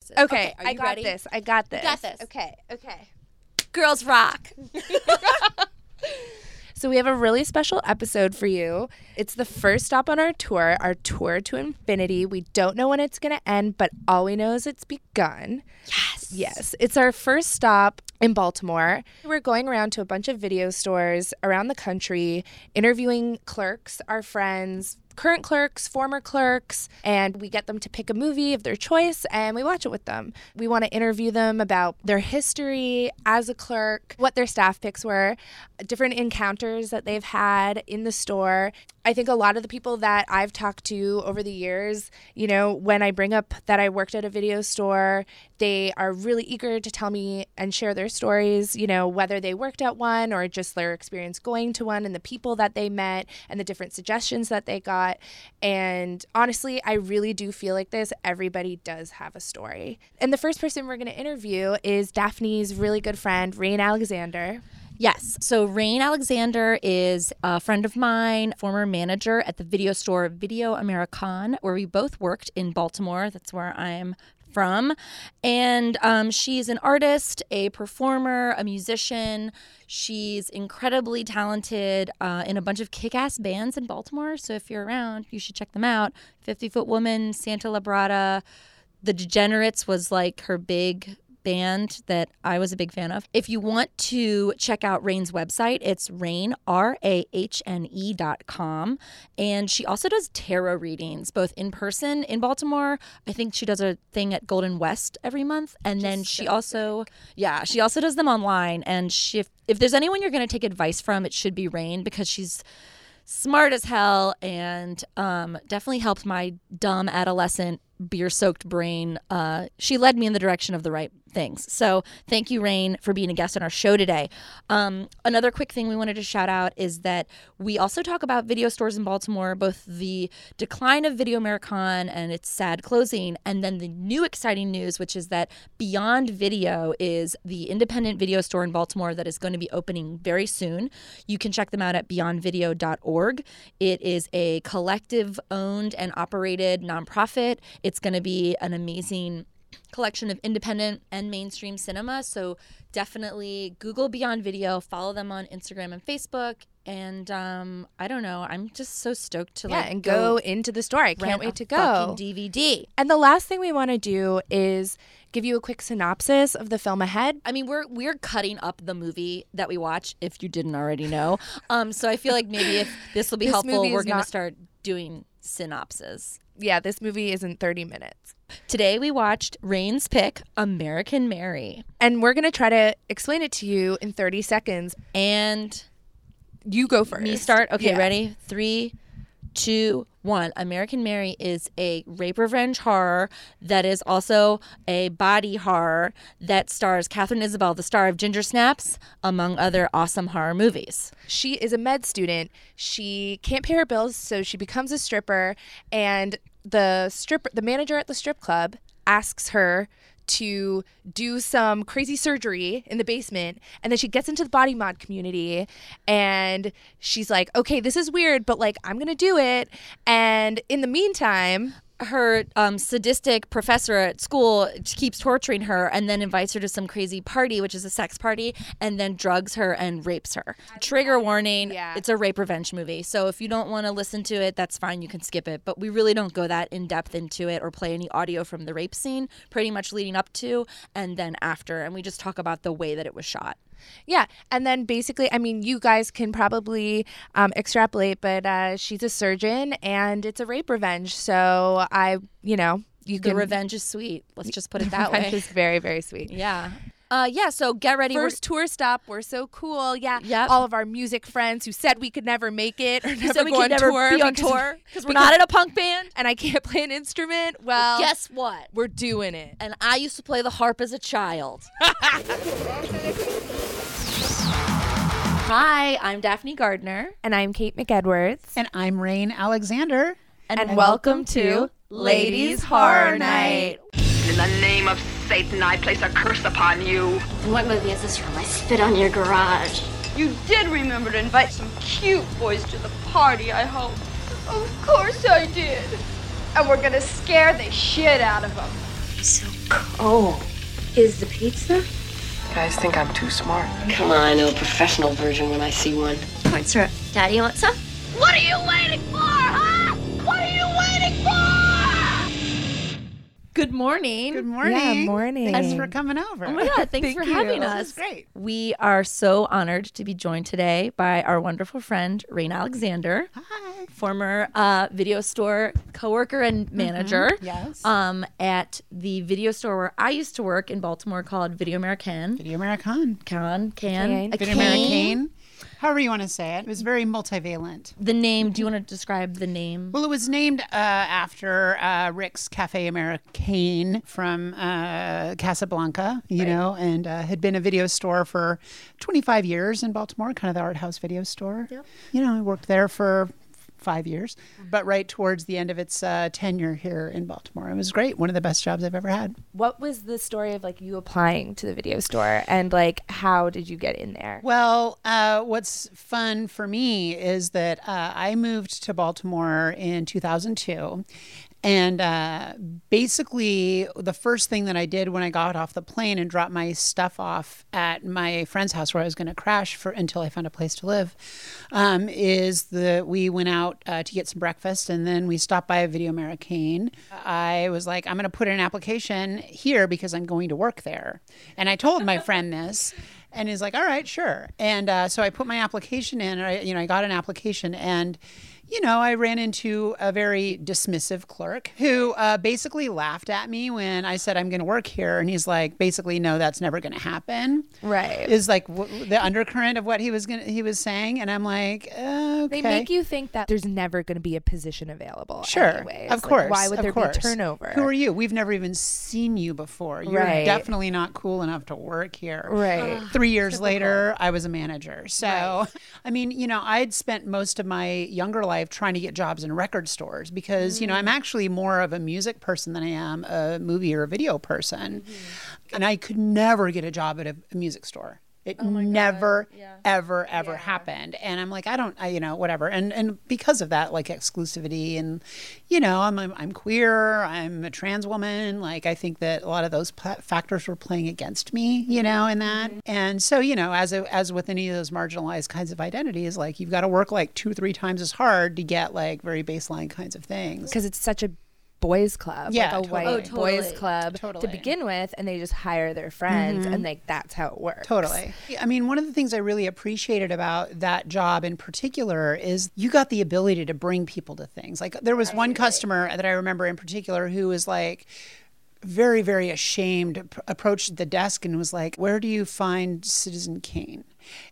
this is. Okay, are I you got ready? this. I got this. got this. Okay, okay. Girls rock. So we have a really special episode for you. It's the first stop on our tour, our tour to infinity. We don't know when it's going to end, but all we know is it's begun. Yes. Yes, it's our first stop in Baltimore. We're going around to a bunch of video stores around the country, interviewing clerks, our friends, current clerks, former clerks, and we get them to pick a movie of their choice and we watch it with them. We want to interview them about their history as a clerk, what their staff picks were, different encounters that they've had in the store. I think a lot of the people that I've talked to over the years, you know, when I bring up that I worked at a video store, they are really eager to tell me and share their stories, you know, whether they worked at one or just their experience going to one and the people that they met and the different suggestions that they got. And honestly, I really do feel like this. Everybody does have a story. And the first person we're going to interview is Daphne's really good friend, Rain Alexander. Yes. So Rain Alexander is a friend of mine, former manager at the video store Video American, where we both worked in Baltimore. That's where I'm from. And um, she's an artist, a performer, a musician. She's incredibly talented uh, in a bunch of kick ass bands in Baltimore. So if you're around, you should check them out 50 Foot Woman, Santa Labrada, the Degenerates was like her big band that I was a big fan of. If you want to check out Rain's website, it's rain, R A H N E dot com. And she also does tarot readings, both in person in Baltimore. I think she does a thing at Golden West every month. And then she also, yeah, she also does them online. And she, if, if there's anyone you're going to take advice from, it should be Rain because she's smart as hell and um, definitely helped my dumb adolescent beer soaked brain. Uh, she led me in the direction of the right things. So thank you, Rain, for being a guest on our show today. Um, another quick thing we wanted to shout out is that we also talk about video stores in Baltimore, both the decline of Video American and its sad closing, and then the new exciting news, which is that Beyond Video is the independent video store in Baltimore that is going to be opening very soon. You can check them out at beyondvideo.org. It is a collective owned and operated nonprofit. It's going to be an amazing collection of independent and mainstream cinema. So definitely Google Beyond Video, follow them on Instagram and Facebook. And um, I don't know, I'm just so stoked to Yeah, like and go, into the store. I can't rent wait a to go. fucking DVD. And the last thing we want to do is give you a quick synopsis of the film ahead. I mean, we're we're cutting up the movie that we watch. If you didn't already know, um, so I feel like maybe if this will be This helpful, movie we're is gonna not- start doing synopses. Yeah, this movie isn't 30 minutes. Today we watched Rain's pick, American Mary, And we're going to try to explain it to you in 30 seconds. and You go first. me start. Okay, Yeah. ready? Three, two, one. American Mary is a rape revenge horror that is also a body horror that stars Catherine Isabel, the star of Ginger Snaps, among other awesome horror movies. She is a med student. She can't pay her bills, so she becomes a stripper and the stripper the manager at the strip club asks her to do some crazy surgery in the basement and then she gets into the body mod community and she's like, "Okay, this is weird, but like I'm going to do it." And in the meantime, her um, sadistic professor at school keeps torturing her and then invites her to some crazy party, which is a sex party, and then drugs her and rapes her. Trigger warning Yeah. it's a rape revenge movie. So if you don't want to listen to it, that's fine. You can skip it. But we really don't go that in depth into it or play any audio from the rape scene, pretty much leading up to and then after. And we just talk about the way that it was shot. Yeah, and then basically, I mean, you guys can probably um, extrapolate, but uh, she's a surgeon, and it's a rape revenge. So I, you know, you The can revenge is sweet. Let's just put it that revenge way. is very very sweet. Yeah. Uh, yeah. So get ready. We're- First tour stop, we're so cool. Yeah, Yep. all of our music friends who said we could never make it or never so we go can on never tour be on because- tour because we're because- not in a punk band. and I can't play an instrument. Well, Guess what? we're doing it. And I used to play the harp as a child. Hi, I'm Daphne Gardner. And I'm Kate McEdwards. And I'm Rain Alexander. And, welcome to Ladies Horror Night. In the name of Satan, I place a curse upon you. What movie is this from? I spit on your garage. You did remember to invite some cute boys to the party, I hope. Of course I did. And we're gonna scare the shit out of them. He's so Oh, is the pizza? Guys think I'm too smart. Come on, I know a professional version when I see one. Daddy, you want some? What are you waiting for, huh? What are you waiting for? Good morning. Good morning. Yeah, morning. Thanks for coming over. Oh my God, thanks for having us. This is great. We are so honored to be joined today by our wonderful friend, Rain Alexander, Hi. former uh, video store coworker and manager Yes. um, at the video store where I used to work in Baltimore called Video American. Video American. Can, can, Can. a Video can. American. However you want to say it. It was very multivalent. The name, do you want to describe the name? Well, it was named uh, after uh, Rick's Cafe Americaine from uh, Casablanca, you know, and uh, had been a video store for 25 years in Baltimore, kind of the art house video store. You know, I worked there for five years, but right towards the end of its uh, tenure here in Baltimore. It was great. One of the best jobs I've ever had. What was the story of like you applying to the video store and like how did you get in there? Well, uh, what's fun for me is that uh, I moved to Baltimore in 2002. And uh, basically, the first thing that I did when I got off the plane and dropped my stuff off at my friend's house where I was going to crash for until I found a place to live, um, is that we went out uh, to get some breakfast and then we stopped by a Video Americane. I was like, I'm going to put in an application here because I'm going to work there. And I told my friend this. And he's like, "All right, sure." And uh, so I put my application in, and I, you know, I got an application, and you know, I ran into a very dismissive clerk who uh, basically laughed at me when I said I'm going to work here, and he's like, basically, no, that's never going to happen. Right. Is like w- the undercurrent of what he was going to he was saying, and I'm like, okay. They make you think that there's never going to be a position available. Sure, anyways. of Like, course. why would of there course. be turnover? Who are you? We've never even seen you before. You're Right. definitely not cool enough to work here. Right. Three years later, I was a manager. So, I mean, you know, I'd spent most of my younger life trying to get jobs in record stores because, you know, I'm actually more of a music person than I am a movie or a video person. And I could never get a job at a, a music store. It never, ever, ever happened. And I'm like, I don't, I, you know, whatever. And and because of that, like exclusivity, and you know, I'm I'm, I'm queer, I'm a trans woman. Like I think that a lot of those pla factors were playing against me, you know, in that. And so, you know, as a, as with any of those marginalized kinds of identities, like you've got to work like two, three times as hard to get like very baseline kinds of things. Because it's such a boys club, Yeah, like a totally. white Oh, boys totally. club Totally. Mm-hmm. to begin with, and they just hire their friends, and like that's how it works. Totally. I mean, one of the things I really appreciated about that job in particular is you got the ability to bring people to things. Like there was one customer that I remember in particular who was like very very ashamed ap- approached the desk and was like, "Where do you find Citizen Kane?"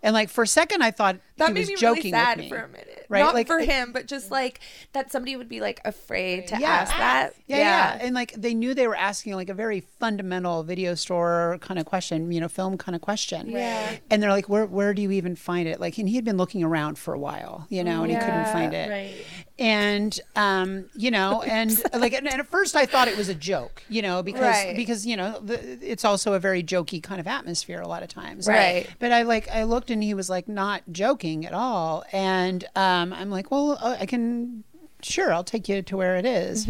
And like for a second I thought That he made was me joking really sad with me. for a minute, Right? Not Like, for it- him, but just like that somebody would be like afraid to Yeah. ask that. Yeah, yeah, And like they knew they were asking like a very fundamental video store kind of question, you know, film kind of question. Yeah. And they're like, where where do you even find it? Like, and he had been looking around for a while, you know, and he couldn't find it. Right. And um, you know, and like, and, and at first I thought it was a joke, you know, because Right. because you know, the, it's also a very jokey kind of atmosphere a lot of times. Right. But I like I looked and he was like not joking at all, and um, I'm like, well, uh, I can, sure, I'll take you to where it is.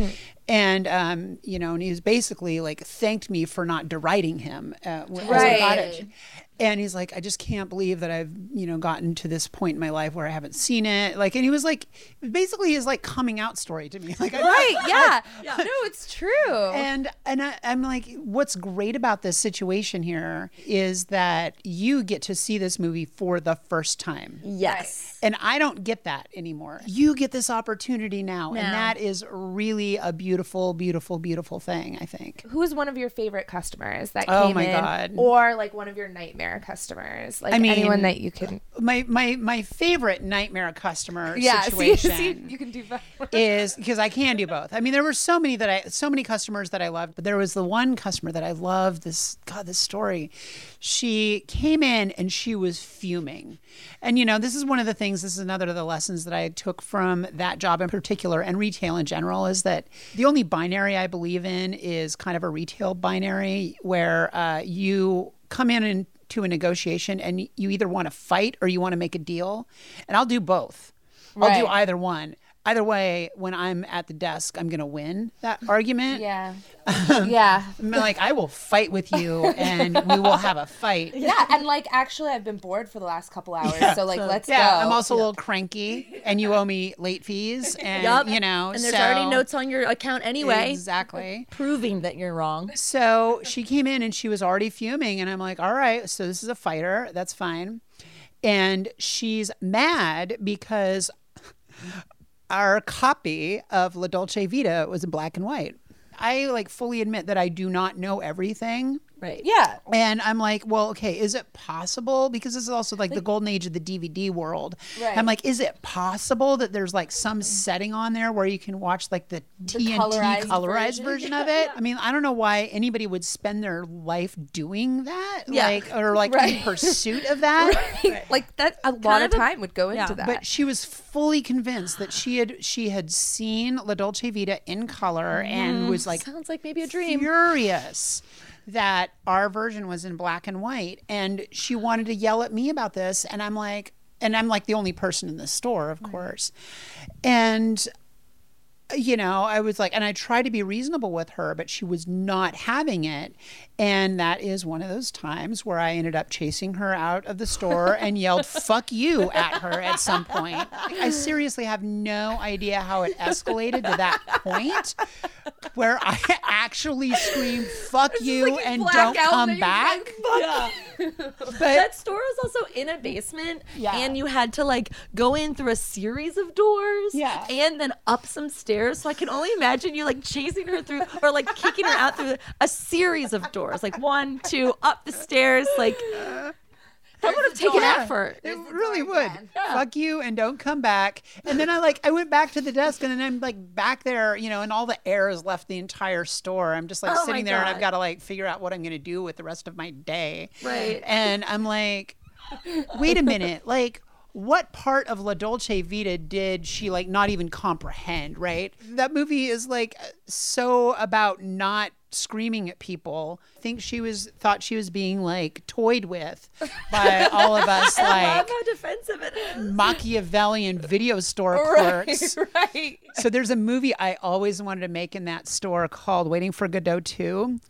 And um, you know, and he was basically like thanked me for not deriding him uh, when as I got it. And he's like, I just can't believe that I've you know gotten to this point in my life where I haven't seen it. Like, and he was like, basically his like coming out story to me. Like, I- Right, yeah. No, it's true. and and I, I'm like, what's great about this situation here is that you get to see this movie for the first time. Yes. And I don't get that anymore. You get this opportunity now, and that is really a beautiful, beautiful, beautiful thing. I think. Who is one of your favorite customers that Oh came my in, God. or like one of your nightmare customers? Like I mean- uh, anyone that you can. My my my favorite nightmare customer Yeah, see, situation. see, you can do both. is because I can do both. I mean, there were so many that I, so many customers that I loved, but there was the one customer that I loved. This God, this story. She came in and she was fuming, and you know, this is one of the things. This is another of the lessons that I took from that job in particular and retail in general is that the only binary I believe in is kind of a retail binary where uh, you come in and to a negotiation and you either want to fight or you want to make a deal and i'll do both i'll do either one Either way, when I'm at the desk, I'm going to win that argument. Yeah. yeah. I'm like, I will fight with you and we will have a fight. Yeah. And like, actually, I've been bored for the last couple hours. so, like, let's yeah, go. I'm also a little cranky, and you owe me late fees, and Yup. you Oh, know, and there's so- already notes on your account anyway, Exactly. proving that you're wrong. So she came in and she was already fuming, and I'm like, all right, so this is a fighter. That's fine. And she's mad because our copy of La Dolce Vita was in black and white. I like fully admit that I do not know everything. Right. yeah. And I'm like, well, okay, is it possible? Because this is also like the golden age of the DVD world. Right. I'm like, is it possible that there's like some setting on there where you can watch like the, TNT colorized colorized, version. version. of it? I mean, I don't know why anybody would spend their life doing that, Yeah. like or like in Right. pursuit of that. Like, that, a lot of, of a- time would go into Yeah. that. But she was fully convinced that she had she had seen La Dolce Vita in color and was like Mm, Sounds like maybe a dream. furious that our version was in black and white and she wanted to yell at me about this and I'm like and I'm like the only person in the store of course and you know I was like and I tried to be reasonable with her but she was not having it and that is one of those times where I ended up chasing her out of the store and yelled fuck you at her at some point Like, I seriously have no idea how it escalated to that point where I actually scream "fuck you" like you and black don't out come and you're back. like, "Fuck that store was also in a basement, Eh. Yeah. and you had to like go in through a series of doors, Yeah. and then up some stairs. So I can only imagine you like chasing her through, or like kicking her out through a series of doors, like one, two, up the stairs. Like that would have taken effort. It really would. Fuck you and don't come back. And then I like I went back to the desk and then I'm like back there, you know, and all the air has left the entire store. I'm just like Oh my sitting there and I've God. got to like figure out what I'm going to do with the rest of my day. Right. And I'm like wait a minute, like what part of La Dolce Vita did she like not even comprehend, right? That movie is like so about not screaming at people. I think she was thought she was being like toyed with by all of us Love like how defensive it is. Machiavellian video store clerks. right. So there's a movie I always wanted to make in that store called Waiting for Godot 2.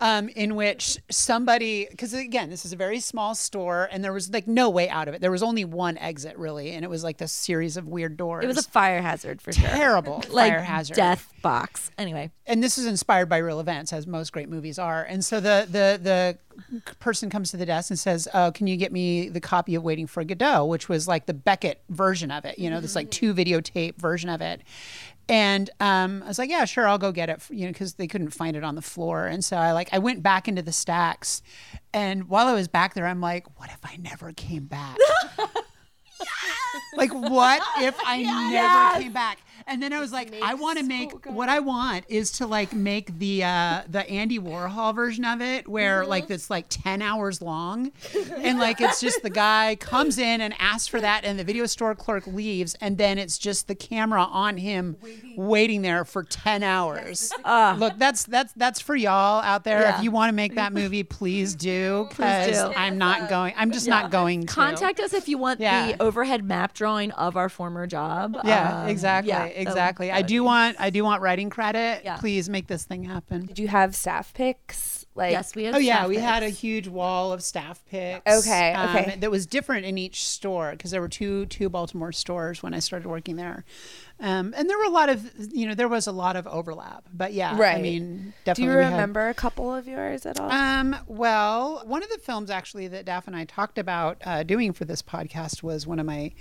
Um, in which somebody, because again, this is a very small store, and there was like no way out of it. There was only one exit, really, and it was like this series of weird doors. It was a fire hazard for sure. terrible Like fire hazard death box. Anyway, and this is inspired by real events, as most great movies are. And so the the the person comes to the desk and says, "Oh, can you get me the copy of Waiting for Godot, which was like the Beckett version of it? You know, this like two videotape version of it." And um, I was like, "Yeah, sure, I'll go get it." You know, because they couldn't find it on the floor. And so I like I went back into the stacks, and while I was back there, I'm like, "What if I never came back?" Like, what if I never came back? And then I was like, I want to make what I want is to like make the uh, the Andy Warhol version of it, where like it's like ten hours long, and like it's just the guy comes in and asks for that, and the video store clerk leaves, and then it's just the camera on him waiting, there for ten hours. Look, that's that's that's for y'all out there. If you want to make that movie, please do, uh, because do. I'm not going. I'm just not going. To. contact us if you want Yeah. the overhead map drawing of our former job. Yeah, Um, exactly, yeah, that would- exactly. that I would do want, I do want writing credit. Yeah. Please make this thing happen. Did you have staff picks? Like, Yes, we had. Oh yeah, staff we had a picks. huge wall of staff picks. Okay, okay. That was different in each store because there were two two Baltimore stores when I started working there, um, and there were a lot of you know there was a lot of overlap. But yeah, I Right. mean, Do definitely. you we had- remember a couple of yours at all? Um, well, one of the films actually that Daff and I talked about uh, doing for this podcast was one of my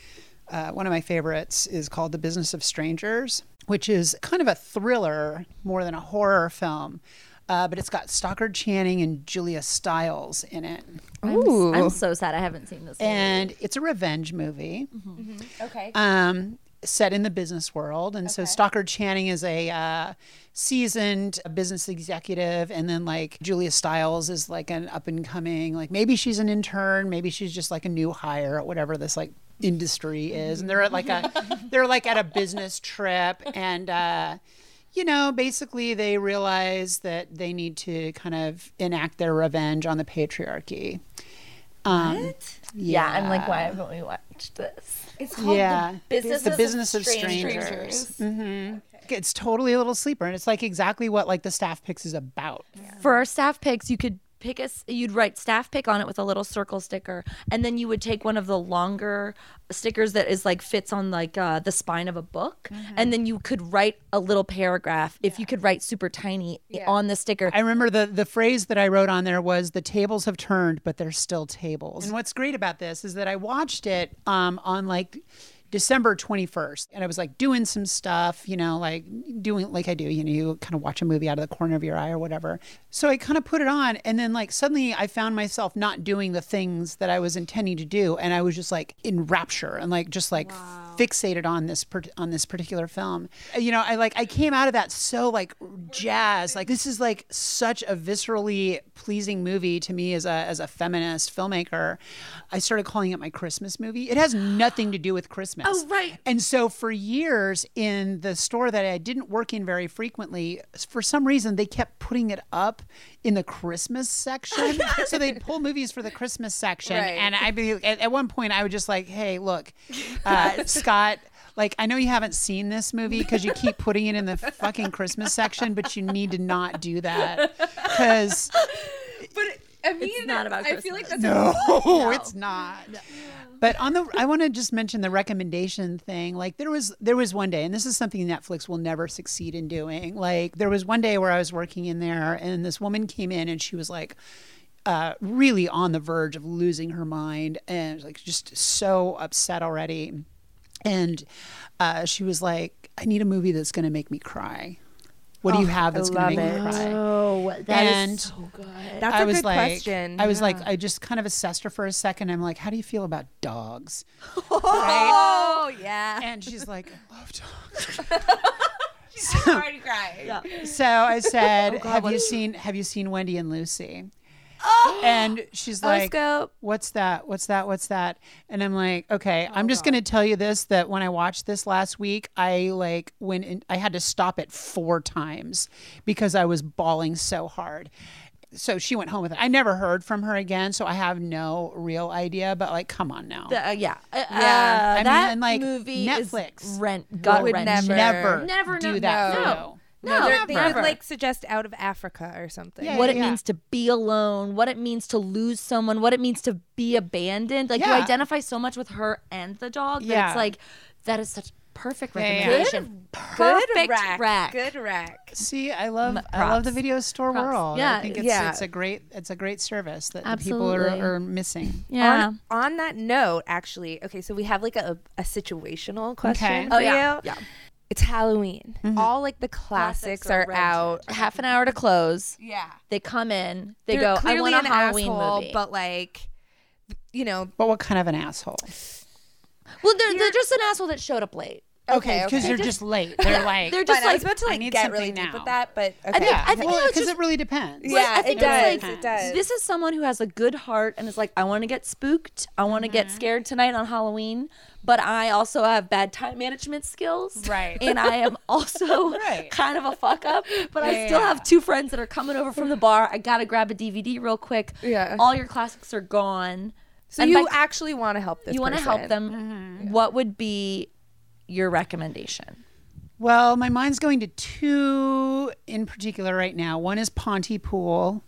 uh, one of my favorites is called The Business of Strangers, which is kind of a thriller more than a horror film. Uh, but it's got Stockard Channing and Julia Stiles in it. I'm, I'm so sad I haven't seen this. movie. Mm-hmm. And it's a revenge movie okay. um, set in the business world. And so Stockard Channing is a uh, seasoned business executive. And then like Julia Stiles is like an up and coming, like maybe she's an intern, maybe she's just like a new hire at whatever this like industry is. And they're at like a, Mm-hmm. they're like at a business trip. And, uh, you know, basically they realize that they need to kind of enact their revenge on the patriarchy Um, Yeah. I'm like, why haven't we watched this? It's called Yeah. the business, The Business of Strangers. It's totally a little sleeper, and it's like exactly what like the staff picks is about. for our staff picks, you could pick us. You'd write staff pick on it with a little circle sticker, and then you would take one of the longer stickers that is like fits on like uh, the spine of a book, Mm-hmm. and then you could write a little paragraph. If you could write super tiny on the sticker, I remember the the phrase that I wrote on there was the tables have turned, but they're still tables. And what's great about this is that I watched it um, on like December 21st and I was like doing some stuff, you know, like doing like I do, you know, you kind of watch a movie out of the corner of your eye or whatever. So I kind of put it on and then like suddenly I found myself not doing the things that I was intending to do and I was just like in rapture and like just like fixated on this per- on this particular film. Uh, You know, I like I came out of that so like jazz. Like this is like such a viscerally pleasing movie to me as a as a feminist filmmaker. I started calling it my Christmas movie. It has nothing to do with Christmas. Oh, right. And so for years in the store that I didn't work in very frequently, for some reason they kept putting it up in the Christmas section. so they'd pull movies for the Christmas section. And I'd be, at, at one point, I was just like, hey, look, uh, Scott. Like I know you haven't seen this movie because you keep putting it in the fucking Christmas section, but you need to not do that because But I mean, not about I feel like that's no, it's not. But on the, I want to just mention the recommendation thing. Like there was, there was one day, and this is something Netflix will never succeed in doing. Like there was one day where I was working in there, and this woman came in, and she was like, uh, really on the verge of losing her mind, and like just so upset already. And uh, she was like, "I need a movie that's going to make me cry." What do you have that's going to make me cry? Oh, that is and so good. That's a I was good like, question. I was like, I just kind of assessed her for a second. I'm like, how do you feel about dogs? Right? Oh yeah. And she's like, I love dogs. Already crying. So Oh, I said, have you seen Have you seen Wendy and Lucy? Oh, And she's like, "What's that? What's that? What's that?" And I'm like, "Okay, Oh, I'm just going to tell you this: that when I watched this last week, I like when in, I had to stop it four times because I was bawling so hard." So she went home with it. I never heard from her again, so I have no real idea. But like, come on now, Um, Uh, yeah, yeah. I mean, uh, that and, like, movie Netflix is rent gut would wrenching. never- never, Never, do no, that. no. for you. No, They're- They would never. like suggest out of Africa or something. Yeah, what yeah, it yeah. means to be alone, what it means to lose someone, what it means to be abandoned. Like Yeah. you identify so much with her and the dog that Yeah. it's like that is such perfect yeah. recommendation. Good Perfect rack. rack. Good rack. See, I love I love the props. video store Props. world. Yeah, I think it's, yeah. it's a great it's a great service that the people are, Absolutely. are missing. Yeah. On, on that note, actually, okay, so we have like a, a situational question Okay. for Oh, yeah, you. yeah. Mm-hmm. It's Halloween. All like the classics, are, out. Half an hour to close. Yeah. They come in. They They're go. I clearly want a an Halloween asshole, movie. but like, you know, But what kind of an asshole? well, they're, they're just an asshole that showed up late. okay, because okay. they're just late. They're like, They're Fine, just I like was about to like need get something really deep now. with that, but okay. yeah, I think it was because just- it really depends. Yeah, I think it it's does, like it does. this is someone who has a good heart and is like, I want to get spooked. I want to get scared tonight on Halloween, but I also have bad time management skills. Right. And I am also Right. kind of a fuck up, but I still have two friends that are coming over from the bar. I got to grab a DVD real quick. Yeah. All your classics are gone. so and you by- actually want to help this you want to person. help them. What would be your recommendation? Well, my mind's going to two in particular right now. One is Pontypool,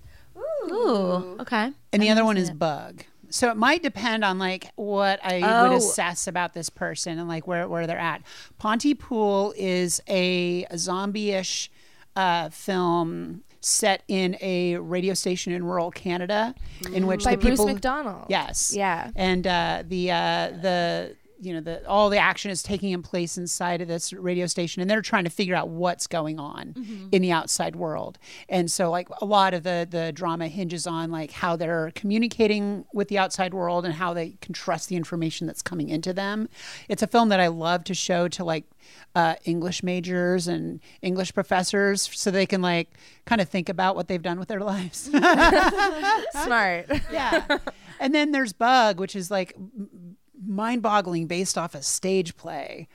Ooh. Okay. and the other one is Bug. So it might depend on like what I Oh. would assess about this person and like where where they're at. Pontypool is a, a zombie-ish uh, film set in a radio station in rural Canada, in which Mm. by the Bruce people McDonald. Yes. Yeah. And uh, the uh, the you know the all the action is taking in place inside of this radio station, and they're trying to figure out what's going on in the outside world. And so, like a lot of the the drama hinges on like how they're communicating with the outside world and how they can trust the information that's coming into them. It's a film that I love to show to like uh, English majors and English professors so they can like kind of think about what they've done with their lives. Smart. Yeah. and then there's Bug, which is like m- mind-boggling based off a stage play,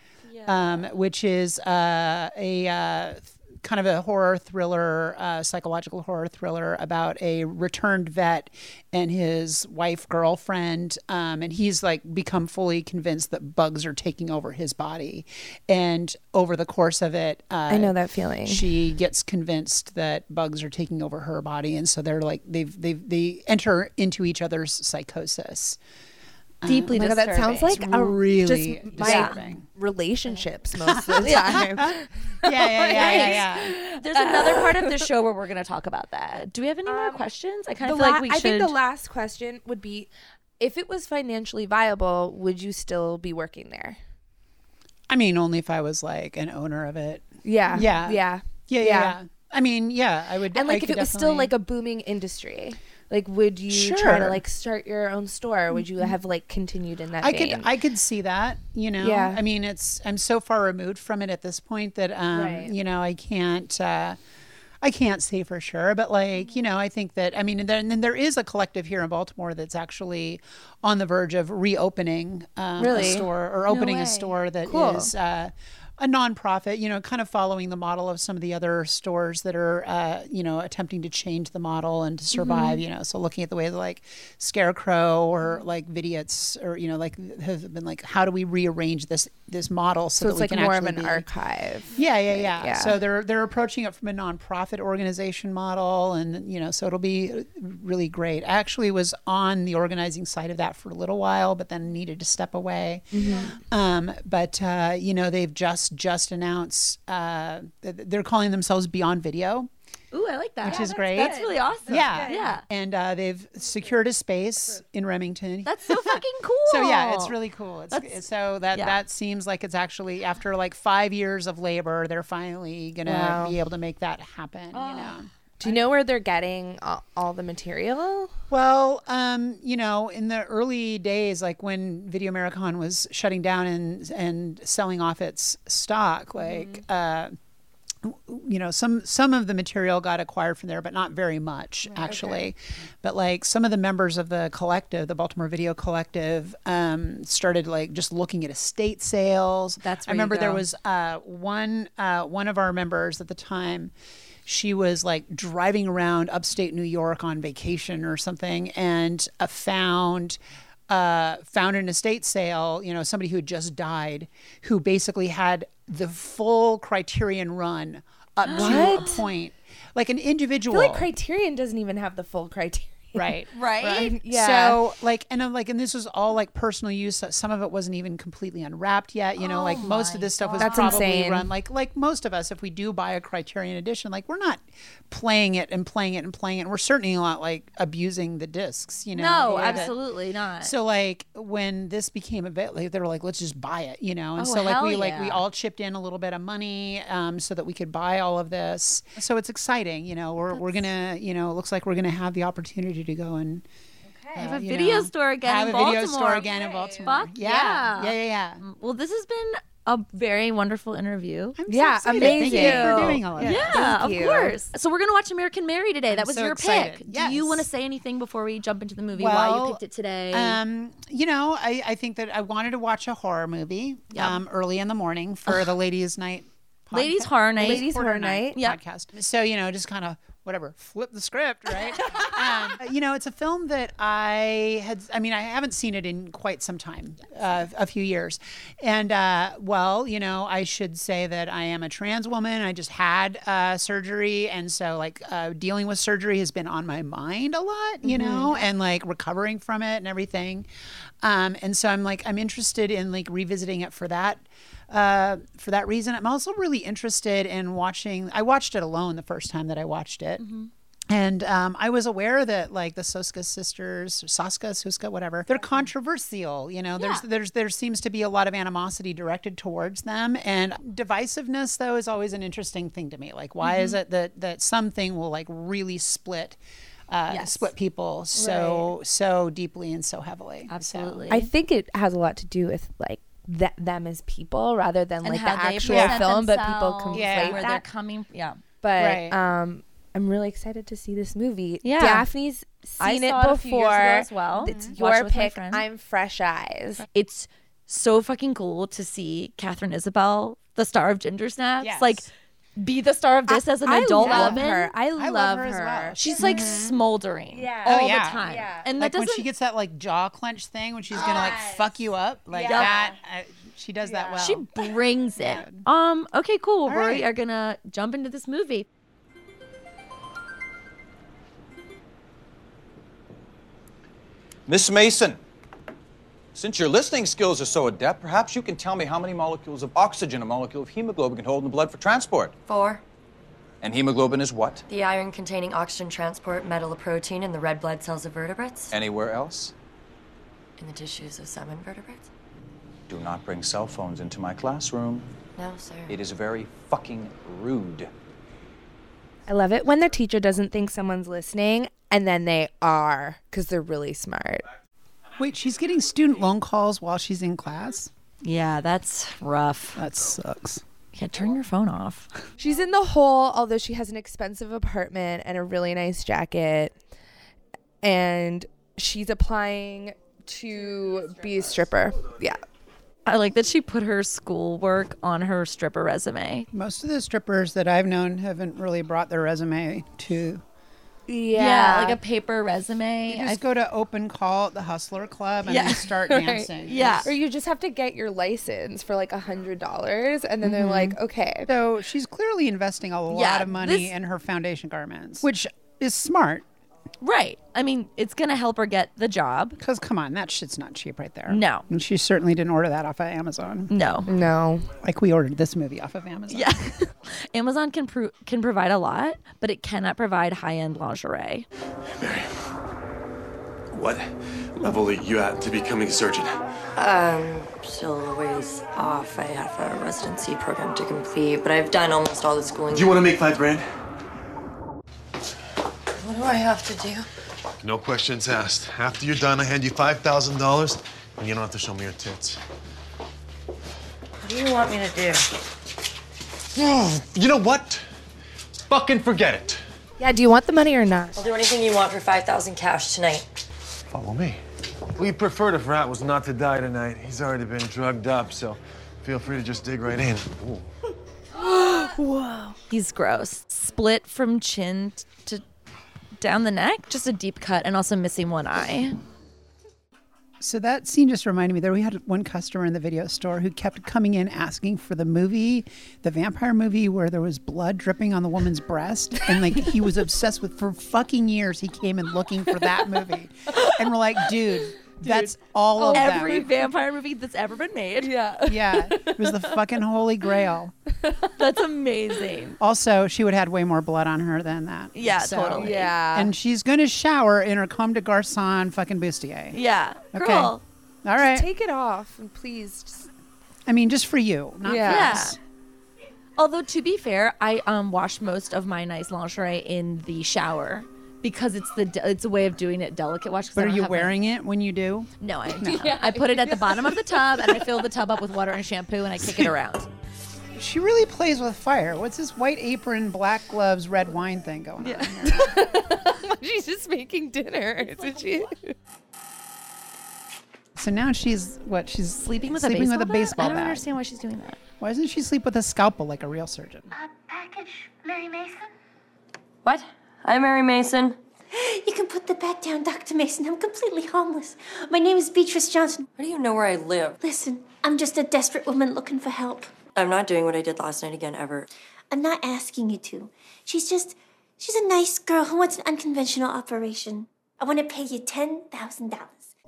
um, which is uh, a uh, kind of a horror thriller, uh, psychological horror thriller about a returned vet and his wife girlfriend, um, and he's like become fully convinced that bugs are taking over his body, and over the course of it, uh, I know that feeling. she gets convinced that bugs are taking over her body, and so they're like they've they they enter into each other's psychosis. Um, Deeply Oh my God, disturbing. that sounds like a really just my disturbing. relationships most of the time. Yeah, yeah, yeah, yeah. yeah. There's another part of the show where we're going to talk about that. Do we have any more questions? I kind The of feel la- like we I should. think the last question would be if it was financially viable, would you still be working there? I mean, only if I was like an owner of it. Yeah. Yeah. Yeah. Yeah, Yeah. yeah. yeah. I mean, yeah, I would. And I like if could it was still definitely- like a booming industry, like would you try to Sure. like start your own store? Would you have like continued in that Mm-hmm. I vein? could I could see that, you know. Yeah. I mean, it's I'm so far removed from it at this point that um, Right. you know, I can't uh I can't say for sure, but like, you know, I think that I mean, and then, and then there is a collective here in Baltimore that's actually on the verge of reopening um, a Really? store or opening way. a store that is Cool. uh a nonprofit, you know, kind of following the model of some of the other stores that are, uh, you know, attempting to change the model and to Mm-hmm. survive, you know. So looking at the way that like Scarecrow or like Vidiots or you know, like have been like, how do we rearrange this this model so so, that it's we like can more of actually an be- archive. yeah, yeah, yeah, Yeah. So they're they're approaching it from a nonprofit organization model, and you know, so it'll be really great. I actually was on the organizing side of that for a little while, but then needed to step away. Um, but uh, you know, they've just just announced uh, th- they're calling themselves Beyond Video. Ooh, I like that. Which Yeah, is that's great. That's that's really awesome. Yeah, Yeah. And uh, they've secured a space in Remington. That's so fucking cool. So yeah, it's really cool. It's, That's- so that yeah. that seems like it's actually after like five years of labor, they're finally gonna Wow. be able to make that happen. You know. Do you know where they're getting all, all the material? Well, um, you know, in the early days, like when Video Americon was shutting down and and selling off its stock, like. Uh, you know some some of the material got acquired from there but not very much actually but like some of the members of the collective the baltimore video collective um, started like just looking at estate sales That's i where you remember there go. was uh, one uh, one of our members at the time she was like driving around upstate new york on vacation or something and uh, found uh, found an estate sale, you know, somebody who had just died, who basically had the full criterion run up to a point, like an I individual. feel like Criterion doesn't even have the full Criterion. right. right. Yeah. So like, and I'm like, and this was all like personal use. so Some of it wasn't even completely unwrapped yet. You know, like most of this stuff was Oh That's probably insane. run like like most of us. If we do buy a Criterion edition, like we're not playing it and playing it and playing it. And we're certainly not like abusing the discs. You know, No, Yeah. absolutely not. So like when this became available, they were like, let's just buy it, you know. And Oh, so like hell we like we yeah. all chipped in a little bit of money um, so that we could buy all of this. So it's exciting, you know. We're we're gonna you know it looks like we're gonna have the opportunity to go and have uh, a you video know, store again Have in a Baltimore. video store again in Baltimore. Fuck yeah. Mm, yeah, yeah, yeah. Well, this has been a very wonderful interview. I'm so Yeah, excited. Thank amazing. you for doing all of Yeah, that. of you. course. So we're gonna watch American Mary today. That was so your pick. excited. Do you Yes. want to say anything before we jump into the movie? why you Well, picked it today? Um, you know, I, I think that I wanted to watch a horror movie um, early in the morning for the ladies' night. podcast- Ladies Horror Night. Ladies Horror Night. Yeah. podcast. So you know, just kind of whatever, flip the script, right? um, you know, it's a film that I had. I mean, I haven't seen it in quite some time, uh, a few years. And uh, well, you know, I should say that I am a trans woman. I just had uh, surgery, and so like uh, dealing with surgery has been on my mind a lot. Mm-hmm. You know, and like recovering from it and everything. Um, and so I'm like, I'm interested in like revisiting it for that uh, for that reason. I'm also really interested in watching. I watched it alone the first time that I watched it. And um, I was aware that like the Soska sisters, Soska, Suska, whatever, they're controversial. You know, there's there's there seems to be a lot of animosity directed towards them, and divisiveness though is always an interesting thing to me. Like, why is it that that something will like really split, uh, split people so so deeply and so heavily? Absolutely. I think it has a lot to do with like that them as people rather than like the how they actual present film, but people themselves, conflate Yeah. where that. they're coming. Yeah. but Right. um I'm really excited to see this movie. Yeah. Daphne's seen I it saw it before a few years ago as well. It's Mhm. Watched it your with my pick. friend. I'm fresh eyes. it's so fucking cool to see Catherine Isabel, the star of Ginger Snaps, Yes. like be the star of this as an adult I love woman. her. I love, love her. her as well. She's like smoldering Yeah. all Mm-hmm. Oh, yeah. the time, Yeah. and like that when doesn't. she gets that like jaw clench thing when she's gonna like fuck you up like Yeah. that I, she does that well she brings it. Um. Okay. Cool. we right. are gonna jump into this movie. Miss Mason, since your listening skills are so adept, perhaps you can tell me how many molecules of oxygen a molecule of hemoglobin can hold in the blood for transport. Four. And hemoglobin is what? The iron containing oxygen transport metalloprotein in the red blood cells of vertebrates, Anywhere else? in the tissues of some invertebrates. Do not bring cell phones into my classroom. No, sir. It is very fucking rude. I love it when the teacher doesn't think someone's listening and then they are because they're really smart. wait she's getting student loan calls while she's in class Yeah, Uh, that's rough. that sucks Yeah, turn your phone off. She's in the hole, although she has an expensive apartment and a really nice jacket. And she's applying to be a stripper. Yeah. I like that she put her schoolwork on her stripper resume. most of the strippers that i've known haven't really brought their resume to Yeah. like a paper resume. they just go to open call at the hustler club and Yeah. they start Right. dancing Yeah. or you just have to get your license for like a hundred dollars and then they're like, okay. so she's clearly investing a lot Yeah, of money this- in her foundation garments which is smart Right. I mean, it's gonna help her get the job. because come on that shit's not cheap right there No. and she certainly didn't order that off of amazon No. No. like we ordered this movie off of amazon yeah Amazon can pro- can provide a lot, but it cannot provide high end lingerie. What level are you at to becoming a surgeon? Um, still a ways off. I have a residency program to complete, but I've done almost all the schooling. Do you want to make five grand? What do I have to do? No questions asked. After you're done, I hand you five thousand dollars, and you don't have to show me your tits. What do you want me to do? you know what? Fucking forget it. Yeah. Do you want the money or not? I'll do anything you want for five thousand cash tonight. Follow me. We'd prefer if Rat was not to die tonight. He's already been drugged up, so feel free to just dig right in. Ooh. Whoa. He's gross. Split from chin t- to down the neck, just a deep cut, and also missing one eye. So that scene just reminded me that we had one customer in the video store who kept coming in asking for the movie, the vampire movie where there was blood dripping on the woman's breast. And like he was obsessed with for fucking years, he came in looking for that movie. And we're like, dude, that's all of Every them. vampire movie that's ever been made. Yeah. Yeah, it was the fucking holy grail. That's amazing. Also, she would have had way more blood on her than that. Yeah, So- totally. Yeah. And she's going to shower in her Comme de Garçon fucking bustier. Yeah. Okay. Girl. All right. Take it off and please. Just, I mean, just for you, not Yeah. for Yeah. us. Although to be fair, I um wash most of my nice lingerie in the shower because it's the de- it's a way of doing it delicate wash. 'cause I But are don't you have my- wearing it when you do? No, I don't. I put it at the bottom of the tub and I fill the tub up with water and shampoo and I kick it around. She really plays with fire. What's this white apron, black gloves, red wine thing going on? here? she's just making dinner. Isn't she? So now she's what? She's Sleeping with sleeping a baseball with a baseball bat? I don't bat. understand why she's doing that. Why doesn't she sleep with a scalpel like a real surgeon? Package, Mary Mason? What? I'm Mary Mason. You can put the bat down, Dr. Mason. I'm completely homeless. My name is Beatrice Johnson. How do you know where I live? Listen, I'm just a desperate woman looking for help. I'm not doing what I did last night again ever. I'm not asking you to. She's just, she's a nice girl who wants an unconventional operation. I want to pay you $10,000.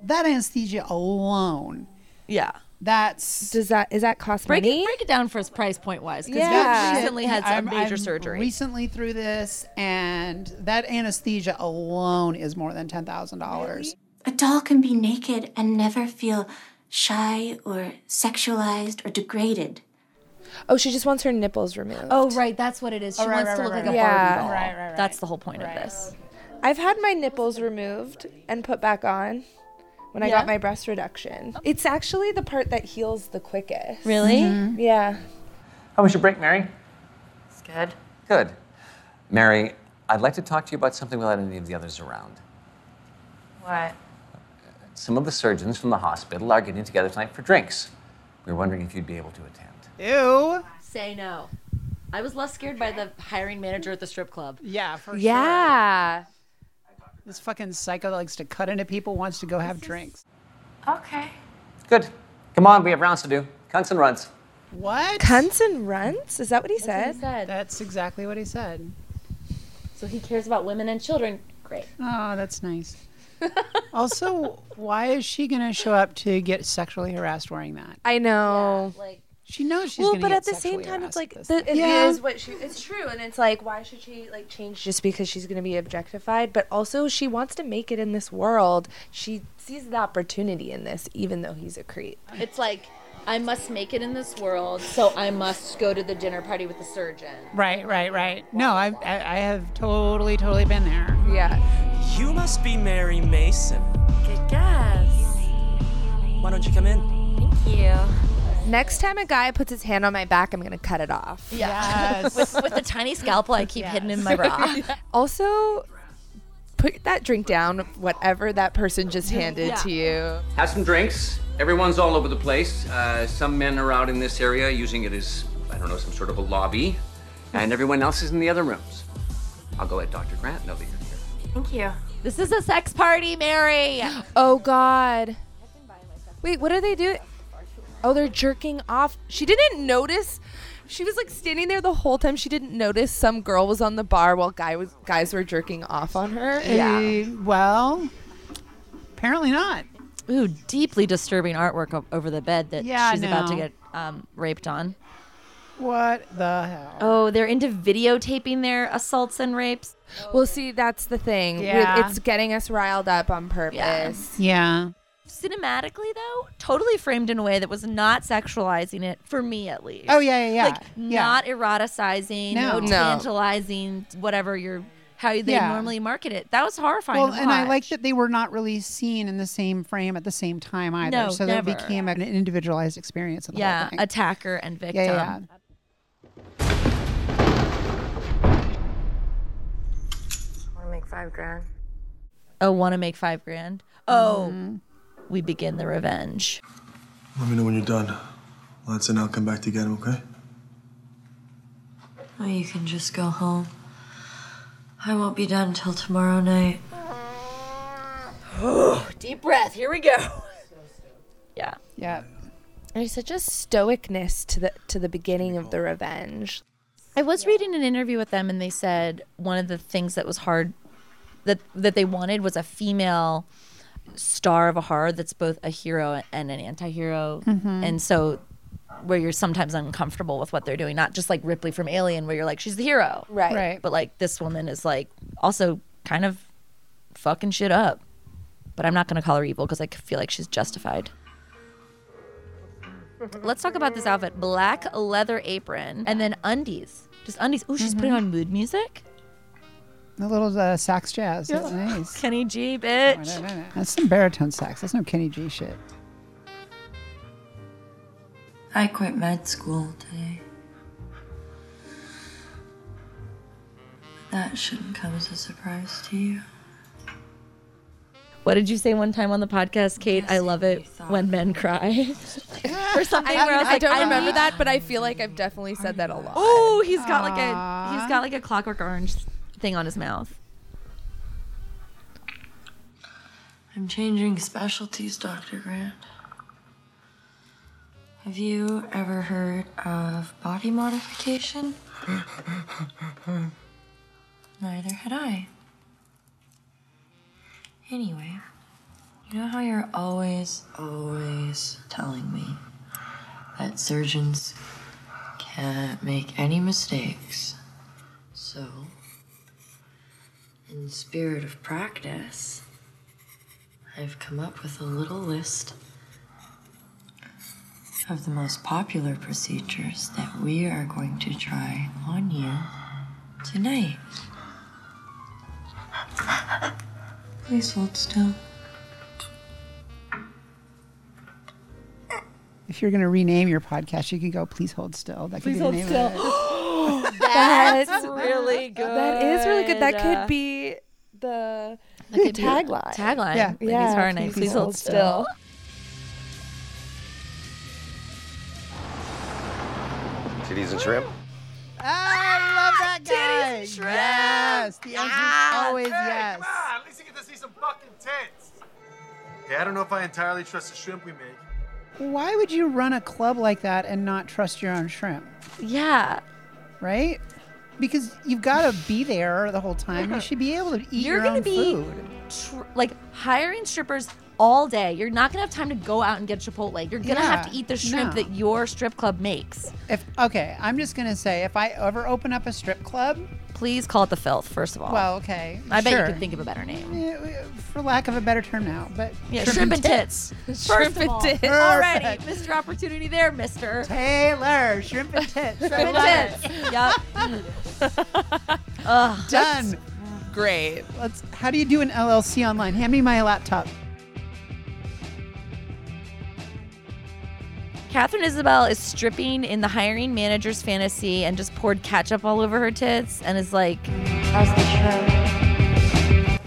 That anesthesia alone. Yeah. That's Does that is that cost Break money? it, break it down for us price point wise because Yeah. you recently had some I'm- major I'm surgery. Recently through this, and that anesthesia alone is more than ten thousand dollars. A doll can be naked and never feel shy or sexualized or degraded. Oh, she just wants her nipples removed. oh right, that's what it is. She right, wants right, to look right, like a Barbie right. Yeah. doll. Right, right, right. That's the whole point of this. I've had my nipples removed and put back on when I got my breast reduction. It's actually the part that heals the quickest. Really? Yeah. How was your break, Mary? It's good. Good. Mary, I'd like to talk to you about something without any of the others around. What? Some of the surgeons from the hospital are getting together tonight for drinks. We were wondering if you'd be able to attend. Ew. Say no. I was less scared by the hiring manager at the strip club. Yeah, for yeah. sure. This fucking psycho that likes to cut into people wants to go have drinks. Okay. Good. Come on, we have rounds to do. Cunts and runs. What? Cunts and runs? Is that what he, said? That's exactly what he said. So he cares about women and children. Great. Oh, that's nice. also, why is she going to show up to get sexually harassed wearing that? I Oh. know. She knows she's well, gonna but get at the same sexually time, it's harassed like with the, this it thing. is Yeah. what she. It's true, and it's like, why should she like change just because she's going to be objectified? But also, she wants to make it in this world. She sees the opportunity in this, even though he's a creep. It's like I must make it in this world, so I must go to the dinner party with the surgeon. Right, right, right. No, I, I, I have totally, totally been there. Yeah. You must be Mary Mason. Good guess. Why don't you come in? Thank you. Next time a guy puts his hand on my back, I'm going to cut it off. Yes. with, with the tiny scalpel I keep hidden in my bra. Also, put that drink down, whatever that person just handed to you. Have some drinks. Everyone's all over the place. Uh, some men are out in this area using it as, I don't know, some sort of a lobby. And everyone else is in the other rooms. I'll go let Dr. Grant know that you're here. Thank you. This is a sex party, Mary. Oh God. Wait, what are they doing? Oh, they're jerking off. She didn't notice. She was like standing there the whole time. She didn't notice some girl was on the bar while guy was guys were jerking off on her. Eh, well, apparently not. Ooh, deeply disturbing artwork o- over the bed that Yeah, I she's about to know. get um, raped on. What the hell? Oh, they're into videotaping their assaults and rapes. Well, see, that's the thing. We- Yeah. It's getting us riled up on purpose. Yeah. Cinematically, though, totally framed in a way that was not sexualizing it for me, at least. Oh, yeah, yeah, yeah. Like Yeah. not eroticizing, No. no, No. tantalizing, whatever you're, how they Yeah. normally market it. That was horrifying. Well, to and I watch. like that they were not really seen in the same frame at the same time either. No, so that never. became an individualized experience. Of the whole yeah, thing. attacker and victim. Yeah, yeah, yeah. Want to make five grand? Oh, want to make five grand? Oh, Mm-hmm. we begin the revenge. Let me know when you're done. Lance and I'll come back to get him, okay? Oh, you can just go home. I won't be done till tomorrow night. Deep breath. Here we go. Yeah. Yeah. There's such a stoicness to the to the beginning of the revenge. I was reading an interview with them, and they said one of the things that was hard that that they wanted was a female star of a horror that's both a hero and an anti-hero Mhm. and so where you're sometimes uncomfortable with what they're doing not just like ripley from alien where you're like she's the hero Right. Right. but like this woman is like also kind of fucking shit up but i'm not going to call her evil because i feel like she's justified Let's talk about this outfit. Black leather apron and then undies. Just undies. Ooh, she's putting on mood music. A little uh, sax jazz. That's nice. Kenny G, bitch. That's some baritone sax. That's no Kenny G shit. I quit med school today. That shouldn't come as a surprise to you. What did you say one time on the podcast, Kate? I love it when men cry. or something I, where I was I like, don't I remember need- that, but I feel like I've definitely said that a lot. Oh, he's got like a he's got like a clockwork orange thing on his mouth. I'm changing specialties, Dr. Grant. Have you ever heard of body modification? Neither had I. Anyway, you know how you're always, always telling me that surgeons can't make any mistakes. So, in the spirit of practice, I've come up with a little list of the most popular procedures that we are going to try on you tonight. Please hold still. If you're going to rename your podcast, you could go, please hold still. That could be the name of it. That's really good. Oh, That is really good. That could be the could be the tagline. tagline. Yeah. Ladies Horror Night, please hold still. Titties and shrimp. I love that guy. Titties and shrimp. Yes, the answer is always yes. Come on, Ah, at least you get to see some fucking tits. Yeah, I don't know if I entirely trust the shrimp we make. Why would you run a club like that and not trust your own shrimp? Yeah. Right? Because you've got to be there the whole time. You should be able to eat You're your gonna own be food. tr- like hiring strippers all day. You're not gonna have time to go out and get Chipotle. You're gonna have Yeah, to eat the shrimp no. that your strip club makes. If okay, I'm just gonna say if I ever open up a strip club, Please call it the filth, first of all. well, okay. I bet sure. you could think of a better name. Yeah, we- for lack of a better term now, but Yeah, shrimp, and tits. Shrimp First of and all, tits. Already, Perfect. Mr. Opportunity there, Mister. Taylor, shrimp and tits. Shrimp I love it. and tits. Yup. Ugh. Done. Great. Let's. How do you do an LLC online? Hand me my laptop. Catherine Isabel is stripping in the hiring manager's fantasy and just poured ketchup all over her tits and is like, How's the shrimp?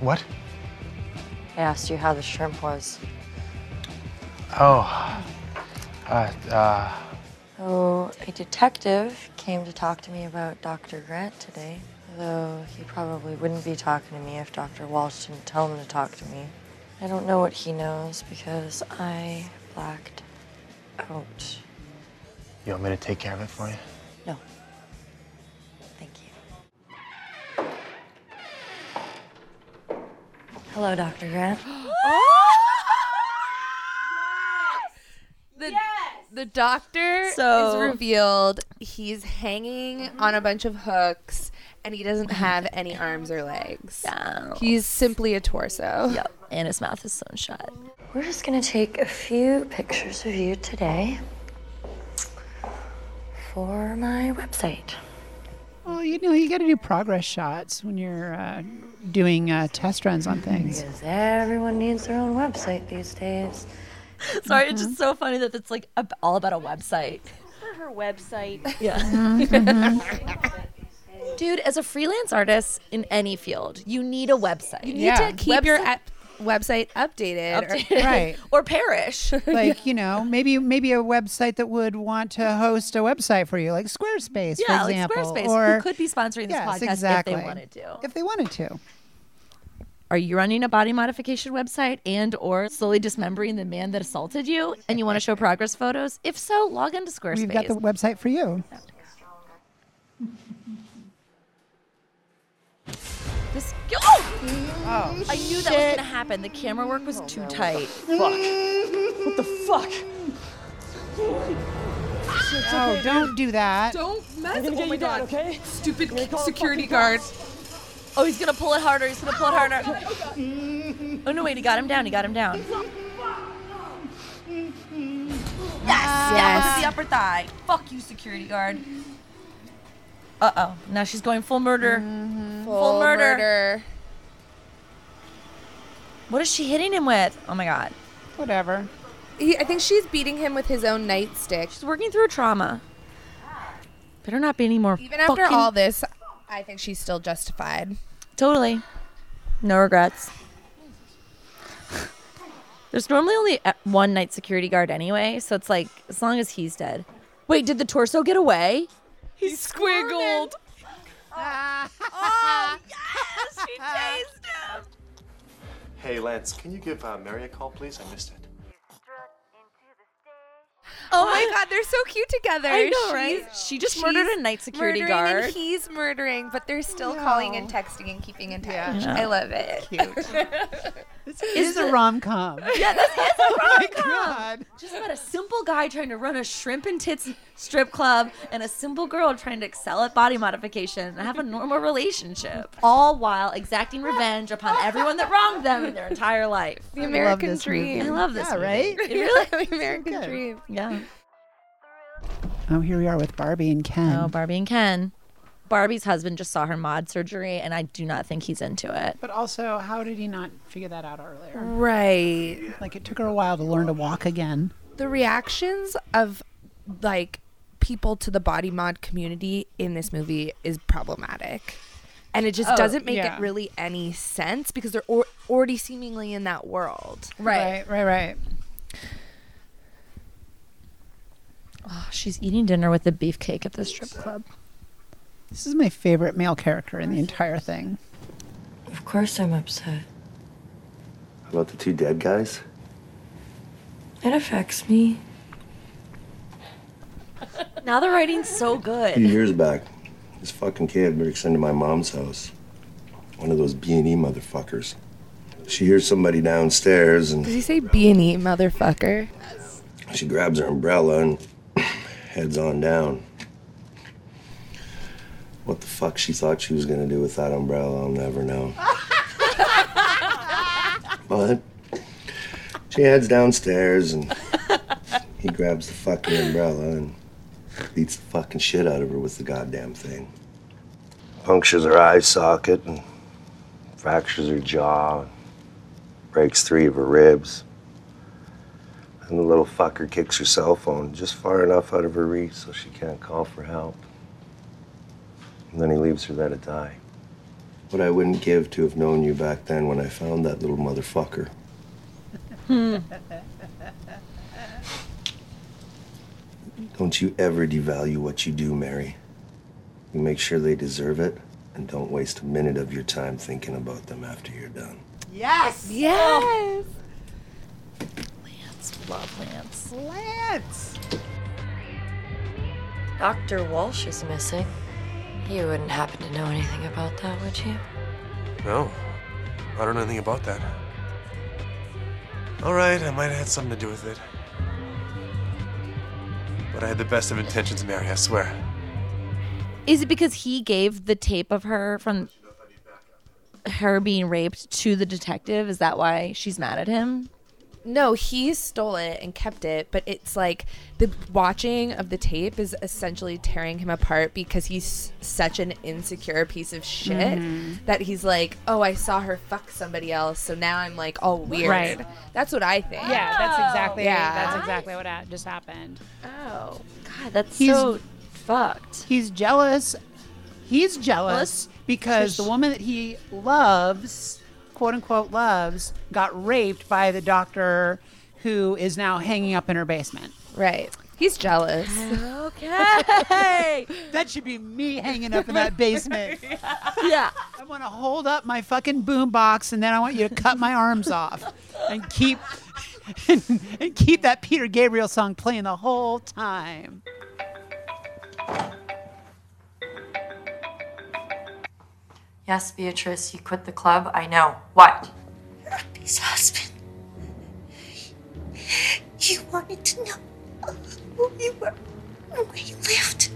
What? I asked you how the shrimp was. Oh. Uh, uh, Oh, a detective came to talk to me about Dr. Grant today. Though he probably wouldn't be talking to me if Dr. Walsh didn't tell him to talk to me. I don't know what he knows because I blacked out. you want me to take care of it for you? No. Thank you. Hello, Dr. Grant. The, the doctor So- is revealed. He's hanging on a bunch of hooks and he doesn't have any arms or legs. He's simply a torso. Yep. And his mouth is sewn shut. We're just gonna take a few pictures of you today for my website. Well, you know, you got to do progress shots when you're uh, doing uh, test runs on things. Because everyone needs their own website these days. Sorry, it's Mm-hmm. just so funny that it's like ab- all about a website. For her website. Dude, as a freelance artist in any field, you need a website. You need to keep your ep- website updated. or- Updated. Right. or perish. Like you know, maybe maybe a website that would want to host a website for you, like Squarespace, yeah, for like example, Squarespace, or who could be sponsoring this Yes, podcast exactly. if they wanted to. if they wanted to. Are you running a body modification website and or slowly dismembering the man that assaulted you and you want to show progress photos? If so, log into Squarespace. We've got the website for you. This. Oh! I knew that was gonna happen. The camera work was too tight. Fuck. What the fuck? Oh, don't do that. Don't mess. Oh my god. okay? Stupid security guard. Oh, he's gonna pull it harder. He's gonna pull it harder. Oh no! Wait, he got him down. He got him down. Yes, that was the upper thigh. Fuck you, security guard. Uh oh! Now she's going full murder. Full, Full murder. murder. What is she hitting him with? Oh my god! Whatever. He, I think she's beating him with his own nightstick. She's working through a trauma. Better not be any more. Even after fucking- all this, I think she's still justified. Totally. No regrets. There's normally only uh, one night security guard anyway, so it's like as long as he's dead. Wait, did the torso get away? He's squiggled. Oh, yes, she chased him. Hey, Lance, can you give uh, Mary a call, please? I missed it. Oh my god, they're so cute together. I know, right? She just murdered a night security murdering and guard. he's murdering, but they're still calling and texting and keeping in touch. Yeah. I love it. It is a rom com. Yeah, this is a rom-com. God. Just about a simple guy trying to run a shrimp and tits strip club and a simple girl trying to excel at body modification and have a normal relationship, all while exacting revenge upon everyone that wronged them in their entire life. The American this movie. dream. I love this. Yeah, movie. right? It really, the American dream. yeah. Oh, here we are with Barbie and Ken. Oh, Barbie and Ken. Barbie's husband just saw her mod surgery, and I do not think he's into it. But also, how did he not figure that out earlier? Right. Like it took her a while to learn to walk again. The reactions of like people to the body mod community in this movie is problematic. And it just Oh, doesn't make yeah. it really any sense because they're or- already seemingly in that world. Right. right, right. Oh, she's eating dinner with a beefcake at the strip club. This is my favorite male character in the entire thing. Of course I'm upset. About the two dead guys? It affects me. Now the writing's so A few good. years back, this fucking kid breaks into my mom's house. One of those B&E motherfuckers. She hears somebody downstairs and Does he say B and E, motherfucker? She grabs her umbrella and heads on down. What the fuck she thought she was gonna do with that umbrella, I'll never know. but she heads downstairs and he grabs the fucking umbrella and beats the fucking shit out of her with the goddamn thing. Punctures her eye socket and fractures her jaw, breaks three of her ribs. And the little fucker kicks her cell phone just far enough out of her reach so she can't call for help. And then he leaves her there to die. What I wouldn't give to have known you back then when I found that little motherfucker. Don't you ever devalue what you do, Mary. You make sure they deserve it and don't waste a minute of your time thinking about them after you're done. Yes. Yes. Lance, love Lance. Lance. Dr. Walsh is missing. You wouldn't happen to know anything about that, would you? No, I don't know anything about that. All right, I might have had something to do with it. But I had the best of intentions, Mary, I swear. Is it because he gave the tape of her from her being raped to the detective? Is that why she's mad at him? No, he stole it and kept it, but it's like the watching of the tape is essentially tearing him apart because he's such an insecure piece of shit Mhm. that he's like, "Oh, I saw her fuck somebody else, so now I'm like all weird." Right. That's what I think. Yeah, that's exactly. Yeah. that's exactly what ha- just happened. Oh, God, that's He's- so fucked. He's jealous. He's jealous because the woman that he loves, quote unquote loves, got raped by the doctor who is now hanging up in her basement. Right. He's jealous. Okay. that should be me hanging up in that basement. yeah. I want to hold up my fucking boom box and then I want you to cut my arms off and keep and, keep that Peter Gabriel song playing the whole time. Yes, Beatrice, you quit the club. I know. What? His husband. He wanted to know who you were and where you lived.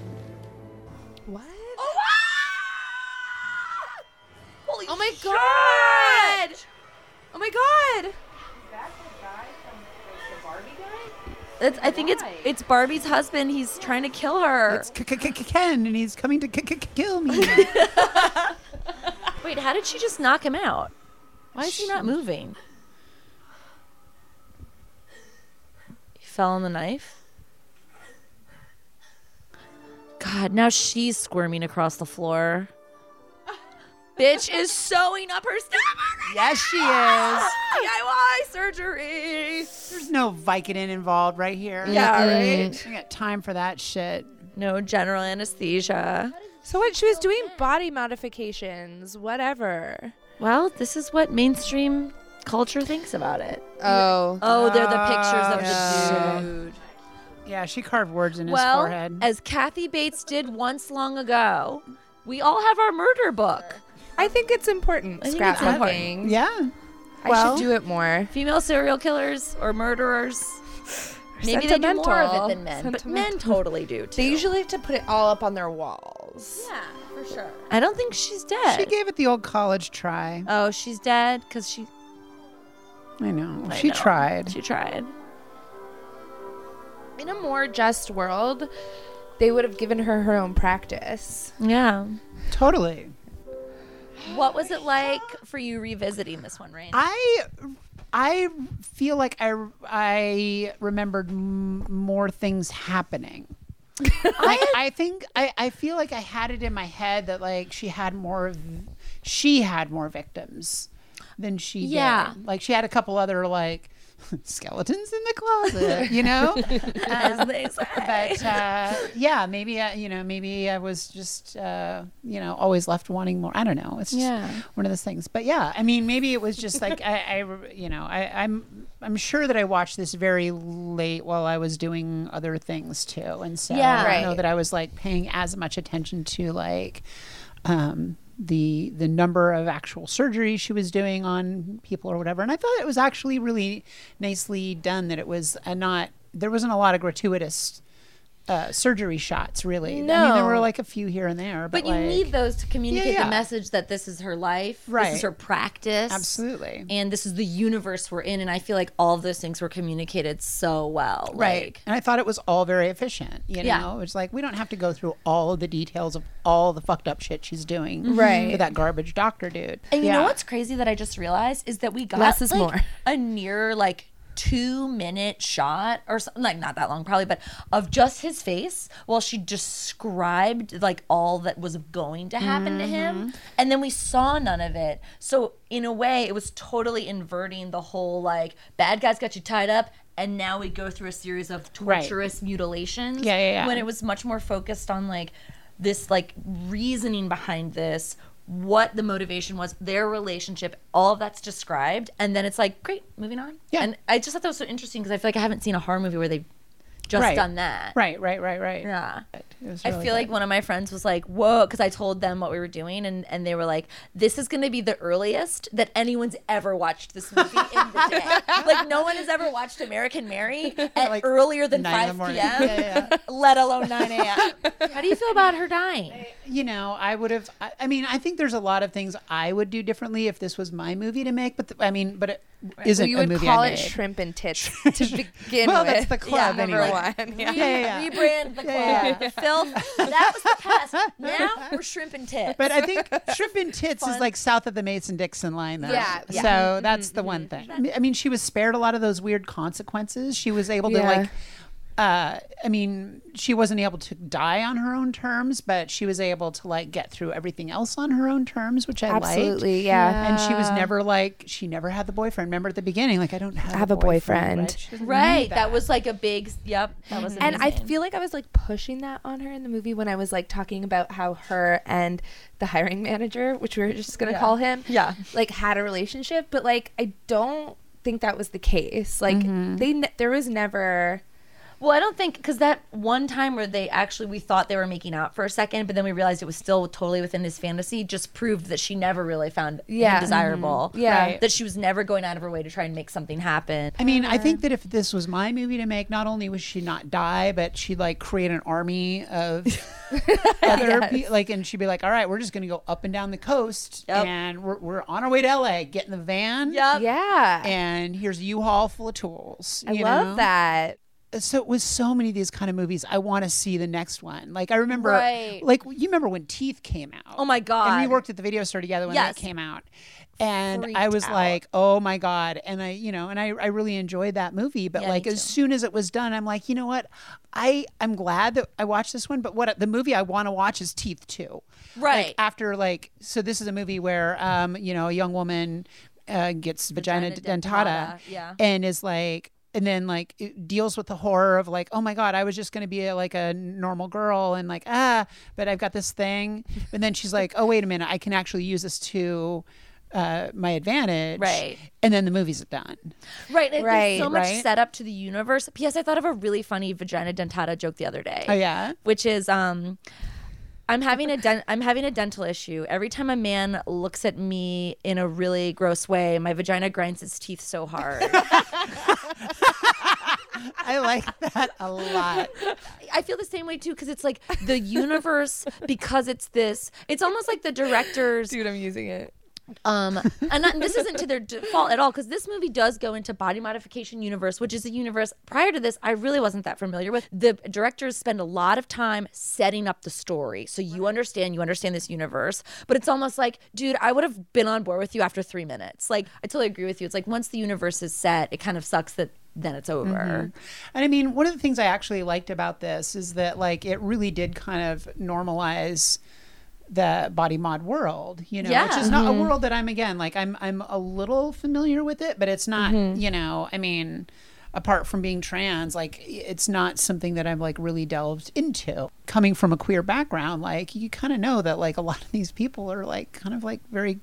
Holy oh my god! Oh my god! It's, I think it's it's Barbie's husband. He's trying to kill her. It's Ken and he's coming to kill me. Wait, how did she just knock him out? Why is he not moving? He fell on the knife. God, now she's squirming across the floor. Bitch is sewing up her stomach. Yes, she is. DIY surgery. There's no Vicodin involved right here. Yeah, right? I got time for that shit. No general anesthesia. So what? She was doing body modifications, whatever. Well, this is what mainstream culture thinks about it. Oh. Oh, they're the pictures of Ah, the dude. Yeah, she carved words in his well, forehead. as Kathy Bates did once long ago, we all have our murder book. I think it's important. I think it's Scrapbooking. important. Yeah. I Well- should do it more. Female serial killers or murderers. Maybe they do more of it than men, but men Sentimental. totally do too. They usually have to put it all up on their walls. yeah, for sure. I don't think she's dead. She gave it the old college try. oh, she's dead because she. I know. I she know. tried. She tried. In a more just world, they would have given her her own practice. Yeah. Totally. What was it like for you revisiting this one, Rain? I I feel like I I remembered m- more things happening. like I think I, I feel like I had it in my head that like she had more of she had more victims than she Yeah. did. Like she had a couple other like skeletons in the closet, you know? As they say. But uh, yeah, maybe, I, you know, maybe I was just, uh, you know, always left wanting more. I don't know. It's just Yeah. one of those things. But yeah, I mean, maybe it was just like, I, I you know, I, I'm, I'm sure that I watched this very late while I was doing other things too. And so Yeah. I don't know Right. that I was like paying as much attention to like, um, the the number of actual surgeries she was doing on people or whatever. And I thought it was actually really nicely done. That it was a not there wasn't a lot of gratuitous uh, surgery shots really. I mean, there were No. like a few here and there, but, But you like- need those to communicate yeah. the message that this is her life, this Right. is her practice, Absolutely. and this is the universe we're in. And I feel like all of those things were communicated so well, Right. Like, and I thought it was all very efficient. You know, Yeah. it's like we don't have to go through all the details of all the fucked up shit she's doing Right. with that garbage doctor dude. And you Yeah. know what's crazy that I just realized is that we got Less is like, more. a near like two minute shot or something like not that long probably, but of just his face while she described like all that was going to happen to him, Mm-hmm. and then we saw none of it. So in a way, it was totally inverting the whole like bad guys got you tied up. And now we go through a series of Right. torturous mutilations. Yeah, yeah, yeah. When it was much more focused on like this like reasoning behind this what the motivation was their relationship all of that's described and then it's like great moving on yeah and i just thought that was so interesting because i feel like i haven't seen a horror movie where they've just Right. done that Right, right, right, right. yeah was i really feel like one of my friends was like whoa because i told them what we were doing and, and they were like this is going to be the earliest that anyone's ever watched this movie in the day like no one has ever watched american mary at earlier than 5 nine in the p.m morning. Yeah, let alone 9 a.m how do you feel about her dying you know, I would have. I, I mean, I think there's a lot of things I would do differently if this was my movie to make. But th- I mean, but it isn't you a would movie call I it made. shrimp and tits to begin Well, with. that's the club number anyway. one. Yeah. Re- Rebrand the club. The filth. That was the past. Now we're shrimp and tits. But I think shrimp and tits is like south of the Mason Dixon line, though. Yeah, yeah. So that's the one thing. I mean- I mean, she was spared a lot of those weird consequences. She was able to Yeah. like. Uh, I mean, she wasn't able to die on her own terms, but she was able to like get through everything else on her own terms, which I liked. Absolutely, yeah. And she was Yeah. never like she never had the boyfriend. Remember at the beginning, like I don't have, Have a boyfriend. right? She doesn't right. need That was like a big. Yep. That was. and I amazing. feel like I was like pushing that on her in the movie when I was like talking about how her and the hiring manager, which we were just gonna Yeah. call him, Yeah. like had a relationship, but like I don't think that was the case. Like Mm-hmm. they, ne- there was never. Well, I don't think because that one time where they actually we thought they were making out for a second, but then we realized it was still totally within his fantasy. Just proved that she never really found Yeah. him desirable. Mhm. Yeah. Right. That she was never going out of her way to try and make something happen. I mean, I Uh-huh. think that if this was my movie to make, not only would she not die, but she'd like create an army of other people. Like, and she'd be like, all right, we're just going to go up and down the coast Yep. and we're, we're on our way to LA. Get in the van. Yep. Yeah, And here's a U-Haul full of tools. I you love know? Uh, that. So it was so many of these kind of movies. I want to see the next one. Like I remember, Right. like you remember when Teeth came out. Oh my god. And we worked at the video store together when Yes. that came out. And I Freaked was out. like, oh my God. And I, you know, and I, I really enjoyed that movie. But Yeah, me like too. as soon as it was done, I'm like, you know what? I, I'm glad that I watched this one, but what the movie I want to watch is Teeth 2. Right. Like, after like so this is a movie where um, you know, a young woman uh, gets vagina, Vagina dentata, dentata, yeah. and is like and then like it deals with the horror of like oh my god i was just going to be a, like a normal girl and like ah but i've got this thing and then she's like oh wait a minute i can actually use this to uh, my advantage Right. and then the movie's done Right. and There's so Right. much Right. set up to the universe. P.S. I thought of a really funny vagina dentata joke the other day. oh yeah Which is um I'm having a dent- I'm having a dental issue. Every time a man looks at me in a really gross way, my vagina grinds its teeth so hard. i like that a lot I feel the same way too because it's like the universe because it's this. It's almost like the directors Dude, I'm using it. Um, and not, this isn't to their d- fault at all because this movie does go into body modification universe, which is a universe prior to this I really wasn't that familiar with. The directors spend a lot of time setting up the story, so you understand you understand this universe. But it's almost like, dude, I would have been on board with you after three minutes. Like, I totally agree with you. It's like once the universe is set, it kind of sucks that then it's Mm-hmm. over. Mm. And I mean, one of the things I actually liked about this is that like it really did kind of normalize the body mod world, you know, Yeah. which is not Mhm. a world that I'm again like I'm I'm a little familiar with it, but it's not, Mhm. you know, I mean, apart from being trans, like it's not something that I've like really delved into. Coming from a queer background, like you kind of know that like a lot of these people are like kind of like very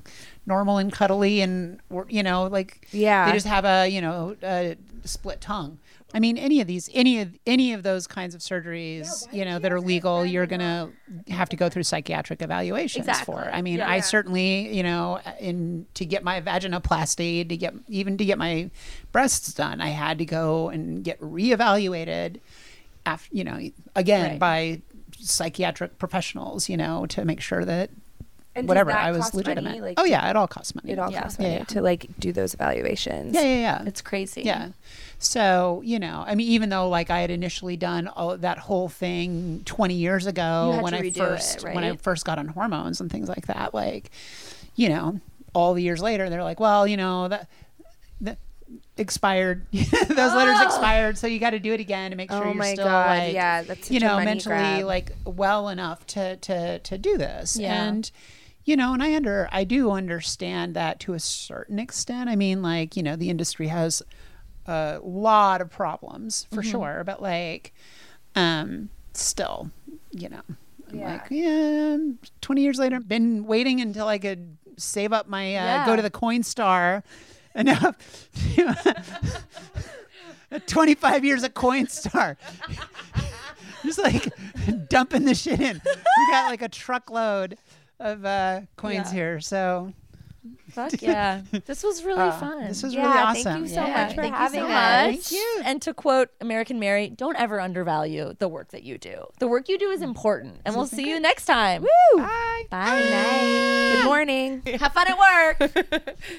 normal and cuddly and or- you know, like Yeah. they just have a, you know, a split tongue. I mean, any of these, any of any of those kinds of surgeries, you know, that are legal, you're gonna have to go through psychiatric evaluations for. Exactly. I mean, Yeah. I Yeah. certainly, you know, in to get my vaginoplasty, to get even to get my breasts done, I had to go and get reevaluated, after, you know, again Right. by psychiatric professionals, you know, to make sure that And does whatever that I was cost money? legitimate. Like, oh yeah, it all costs money. It all Yeah. costs Yeah, money yeah. to like do those evaluations. Yeah, yeah, yeah. It's crazy. Yeah. So, you know, I mean, even though like I had initially done all that whole thing 20 years You ago had when to I redo first, it, when I right? first got on hormones and things like that, like, you know, all the years later, they're like, well, you know, that, that expired, those letters Oh. expired. So you got to do it again to make sure Oh you're my still God, like, yeah, that's you such a know, money mentally grab. like well enough to, to, to do this. Yeah. And, you know, and I under I do understand that to a certain extent. I mean, like, you know, the industry has a lot of problems for Mhm. sure, but like um still, you know, I'm Yeah. like, yeah, 20 years later, been waiting until I could save up my uh, Yeah. go to the Coinstar enough to 25 years of Coinstar. Just like dumping the shit in. We got like a truckload of uh, coins Yeah. here. So Fuck yeah. This was really Uh, fun. this was really Yeah, thank you awesome. so much for thank you having so us. Much. And to quote American Mary, don't ever undervalue the work that you do. The work you do is important. And we'll see you next time. Woo! Bye. Bye. Good morning. Have fun at work.